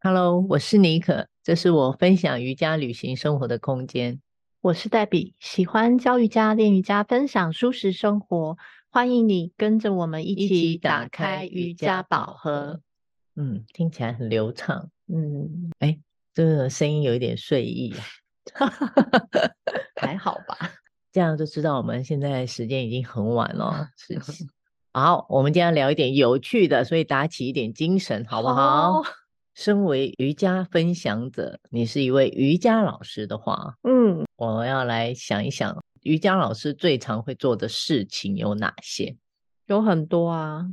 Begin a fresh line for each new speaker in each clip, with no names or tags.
Hello，我是妮可，这是我分享瑜伽、旅行、生活的空间。
我是黛比，喜欢教瑜伽、练瑜伽，分享舒适生活。欢迎你跟着我们一起打开瑜伽宝盒。。
嗯，听起来很流畅，哎
嗯，
这个声音有一点睡意啊，
还好吧？
这样就知道我们现在时间已经很晚了。哦 是好，我们今天要聊一点有趣的，所以打起一点精神，好不好？
哦
身为瑜伽分享者，你是一位瑜伽老师的话，
嗯，
我要来想一想，瑜伽老师最常会做的事情有哪些？
有很多啊，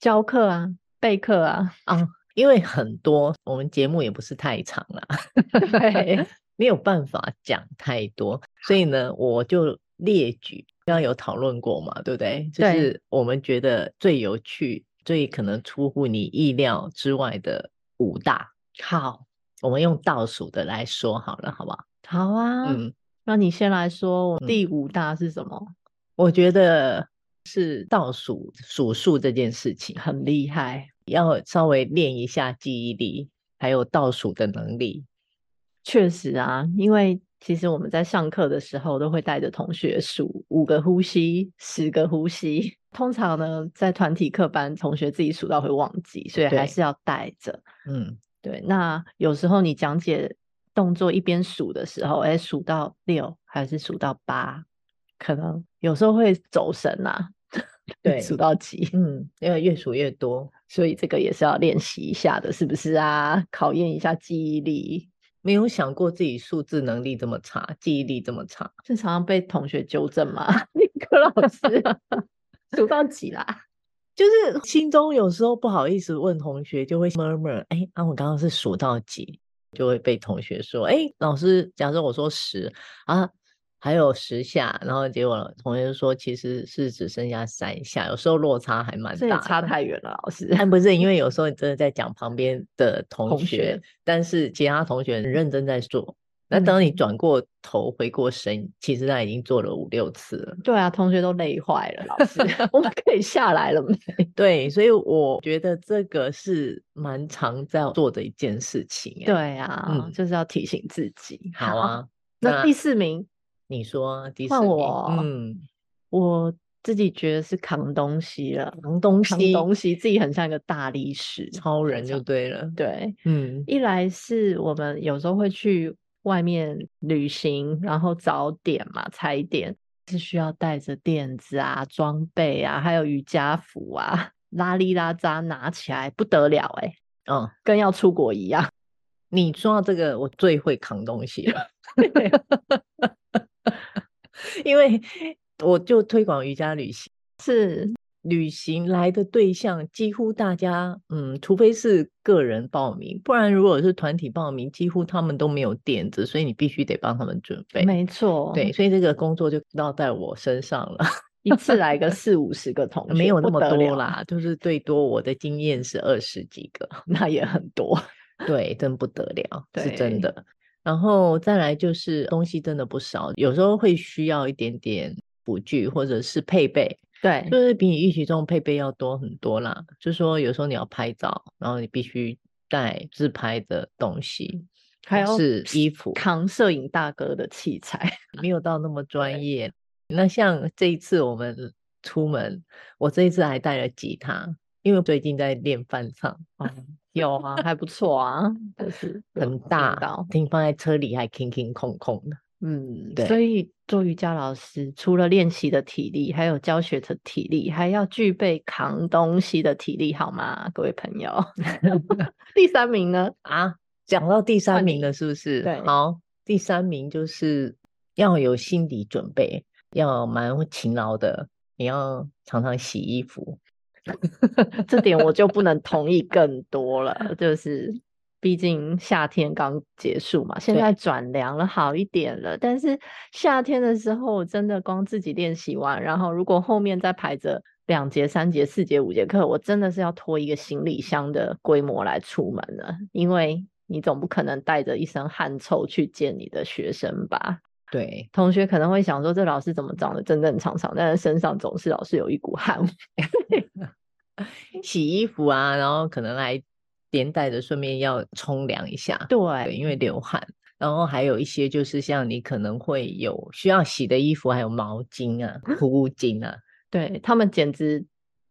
教课啊，备课啊，
啊，因为很多我们节目也不是太长啦，
对，
没有办法讲太多，所以呢，我就列举，刚刚有讨论过嘛，对不对？就
对
是我们觉得最有趣、最可能出乎你意料之外的五大。好，我们用倒数的来说好了，好不好？
好啊。
嗯，
那你先来说，我
嗯
第五大是什么？
我觉得是倒数数数这件事情，
很厉害，
要稍微练一下记忆力，还有倒数的能力。
确实啊，因为其实我们在上课的时候都会带着同学数五个呼吸、十个呼吸。通常呢，在团体课班，同学自己数到会忘记，所以
对
还是要带着。
嗯，
对，那有时候你讲解动作一边数的时候，哎，数到六还是数到八，可能有时候会走神啊。
对
数到几，
嗯，要越数越多。
所以这个也是要练习一下的，是不是啊？考验一下记忆力。
没有想过自己数字能力这么差，记忆力这么差。
是常常被同学纠正吗？ 尼克 老师数到几啦？
就是心中有时候不好意思问同学，就会 murmur，哎，啊，我刚刚是数到几，就会被同学说，哎，老师，假设我说十啊，还有十下，然后结果同学就说其实是只剩下三下，有时候落差还蛮
这也
大，
差。太远了，老师。
但不是因为有时候你真的在讲旁边的同学，
同学
但是其他同学很认真在做，那等你
嗯
转过头回过神，其实他已经做了五六次了。
对啊，同学都累坏了，老 师，我们可以下来了没？
对，所以我觉得这个是蛮常在做的一件事情欸。
对啊，
嗯
就是要提醒自己。
好，啊，
那第四名，
你说啊第四
换
名，
我
嗯，
我自己觉得是扛东西了，
扛东
扛
西，
东西，自己很像一个大力士，
超人就
常
对了，
对。
嗯，
一来是我们有时候会去外面旅行，然后早点嘛，踩点是需要带着垫子啊、装备啊，还有瑜伽服啊，拉里拉扎拿起来不得了哎、
哦，
跟要出国一样。
你说到这个，我最会扛东西了， 因为我就推广瑜伽旅行。
是，
旅行来的对象几乎大家，嗯，除非是个人报名，不然如果是团体报名，几乎他们都没有垫子，所以你必须得帮他们准备。
没错，
对，，所以这个工作就落在我身上了，
一次来个四五十个同学，
没有那
不
么
得
多
了，
啦，就是最多我的经验是二十几个，
那也很多。
对，真不得了，是真
对
的。然后再来就是东西真的不少，有时候会需要一点点辅具或者是配备，
对
就，是比你预期中配备要多很多啦。就说有时候你要拍照，然后你必须带自拍的东西，
还
或
要
是衣服，
扛摄影大哥的器材，
没有到那么专业。那像这一次我们出门，我这一次还带了吉他，因为最近在练翻唱，
有啊，还不错啊， 就是有
很
听
大
到，
听放在车里还空空空空的。
嗯，
对
所以做瑜伽老师除了练习的体力，还有教学的体力，还要具备扛东西的体力，好吗，各位朋友？ 第三名呢？
啊，讲到第三
换
名
你
了，是不是？
对
好，第三名就是要有心理准备，要蛮勤劳的，你要常常洗衣服。
这点我就不能同意更多了，就是毕竟夏天刚结束嘛，现
对
在转凉了好一点了，但是夏天的时候我真的光自己练习完，然后如果后面再排着两节、三节、四节、五节课，我真的是要拖一个行李箱的规模来出门了，因为你总不可能带着一身汗臭去见你的学生吧。
对，
同学可能会想说，这老师怎么长得正正常常，但是身上总是老是有一股汗味。
洗衣服啊，然后可能还连带着顺便要冲凉一下，对，
对，
因为流汗。然后还有一些就是像你可能会有需要洗的衣服，还有毛巾 啊、护巾啊，
对他们简直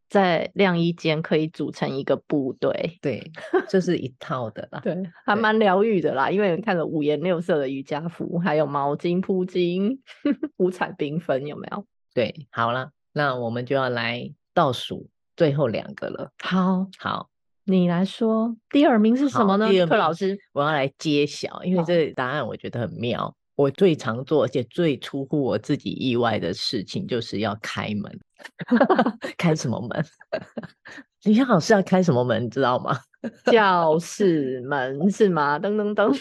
在晾衣间可以组成一个部队。
对，这是一套的啦。
对， 还
对
蛮疗愈的啦，因为看了五颜六色的瑜伽服，还有毛巾、铺巾， 五彩缤纷，有没有？
对，好啦，那我们就要来倒数最后两个了。
好，
好，
你来说，第二名是什么
好
呢？
第二
克
名
老师，
我要来揭晓，因为
好
这答案我觉得很妙。我最常做，而且最出乎我自己意外的事情，就是要开门。 开什么门？ 李老师要开什么门，你知道吗？
教室门是吗？噔噔噔，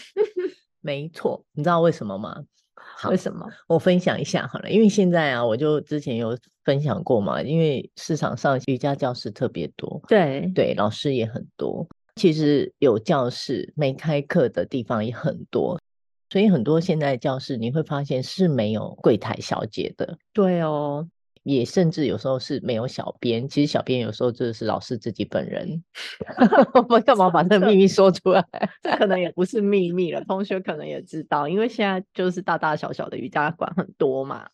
没错，你知道为什么吗？好
为什么？
我分享一下好了，因为现在啊，我就之前有分享过嘛，因为市场上瑜伽教室特别多，
对
对，老师也很多。其实有教室没开课的地方也很多，所以很多现在教室你会发现是没有柜台小姐的，
对哦，
也甚至有时候是没有小编。其实小编有时候就是老师自己本人。 我们干嘛把这
真
个
的
秘密说出 来？
这可能也不是秘密了，同学可能也知道，因为现在就是大大小小的瑜伽馆很多嘛。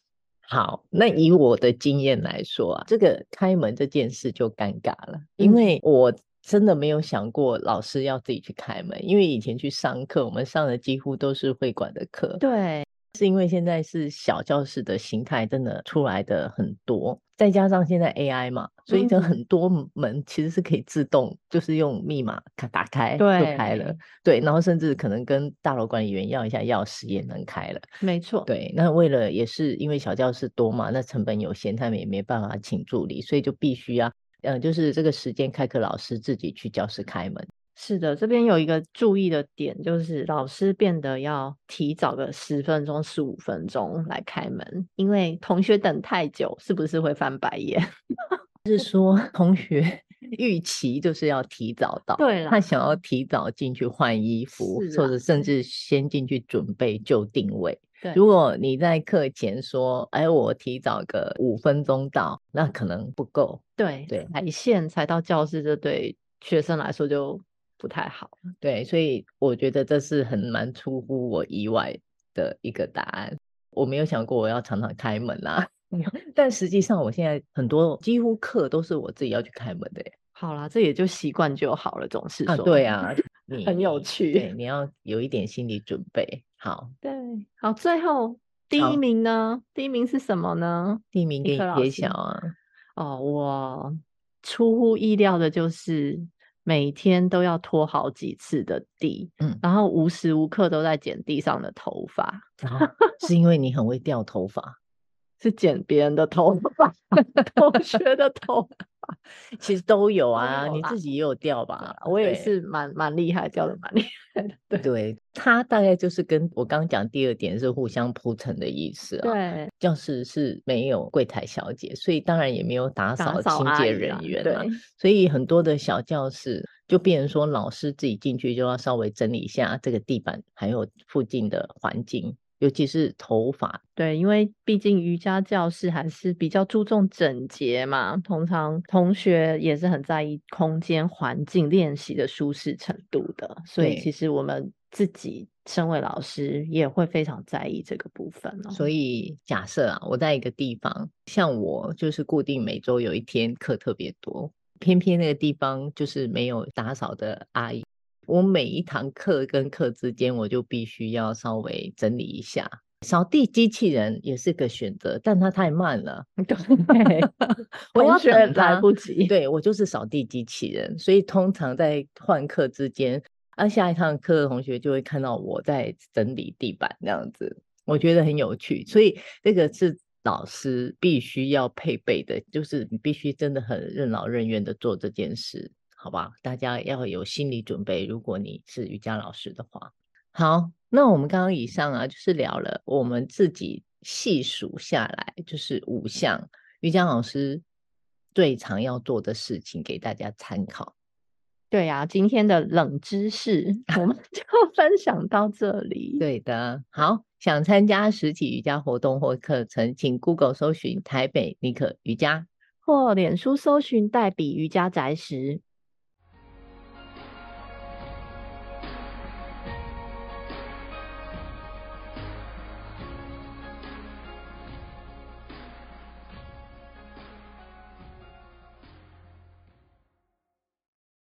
好，那以我的经验来说啊，这个开门这件事就尴尬了，因
嗯
为我真的没有想过老师要自己去开门，因为以前去上课，我们上的几乎都是会馆的课，
对，
是因为现在是小教室的形态真的出来的很多，再加上现在 AI 嘛，所以这
嗯
很多门其实是可以自动，就是用密码卡打开就开了，对，然后甚至可能跟大楼管理员要一下钥匙也能开了。
没错，
对，那为了也是因为小教室多嘛，那成本有限，他们也没办法请助理，所以就必须啊，呃，就是这个时间开课老师自己去教室开门。
是的，这边有一个注意的点，就是老师变得要提早个十分钟、十五分钟来开门，因为同学等太久，是不是会翻白眼？
是说同学 预期就是要提早到，
对啦
他想要提早进去换衣服，
是啊
或
啦
者甚至先进去准备就定位。
对
如果你在课前说，哎，我提早个五分钟到，那可能不够。
对
对
踩线踩到教室，这对学生来说就不太好。
对，所以我觉得这是很蛮出乎我意外的一个答案。我没有想过我要常常开门 啦、但实际上我现在很多几乎课都是我自己要去开门的耶。
好啦，这也就习惯就好了，总是说、
啊，对，啊，你
很有
对，
趣。
你要有一点心理准备。好，
对，好，最后第
好
一名呢？第一名是什么呢？
第一名
尼
给你
克老
揭
师
晓啊，
哦，我出乎意料的就是每天都要拖好几次的地，
嗯
然后无时无刻都在剪地上的头发，
然后是因为你很会掉头发。
是剪别人的头发， 同学的头
其实都有啊，
有
你
啦
自己也有掉
发
吧？。
我也
对
是蛮蛮厉害，掉的蛮厉害的，对
对，它大概就是跟我刚讲第二点是互相铺陈的意思啊。
对，
教室是没有柜台小姐，所以当然也没有打
打
扫
扫
清
阿
洁
姨啦
人员啊
对，，
所以很多的小教室就变成说，老师自己进去就要稍微整理一下这个地板，还有附近的环境，尤其是头发。
对，因为毕竟瑜伽教室还是比较注重整洁嘛，通常同学也是很在意空间环境练习的舒适程度的，所以
对
其实我们自己身为老师也会非常在意这个部分哦。
所以假设啊，我在一个地方，像我就是固定每周有一天课特别多，偏偏那个地方就是没有打扫的阿姨，我每一堂课跟课之间，我就必须要稍微整理一下。扫地机器人也是个选择，但它太慢了，
对
我
同
要
学
等
来
他
不及，
对我就是扫地机器人，所以通常在换课之间，啊，下一堂课的同学就会看到我在整理地板这样子，我觉得很有趣。所以这个是老师必须要配备的，就是你必须真的很任劳任怨的做这件事，好吧？大家要有心理准备，如果你是瑜伽老师的话。好，那我们刚刚以上啊，就是聊了我们自己细数下来，就是五项瑜伽老师最常要做的事情，给大家参考。
对呀、今天的冷知识我们 就分享到这里。
对的，好，想参加实体瑜伽活动或课程，请 Google 搜寻台北尼可瑜伽。
或脸书搜寻“黛比瑜伽宅时”，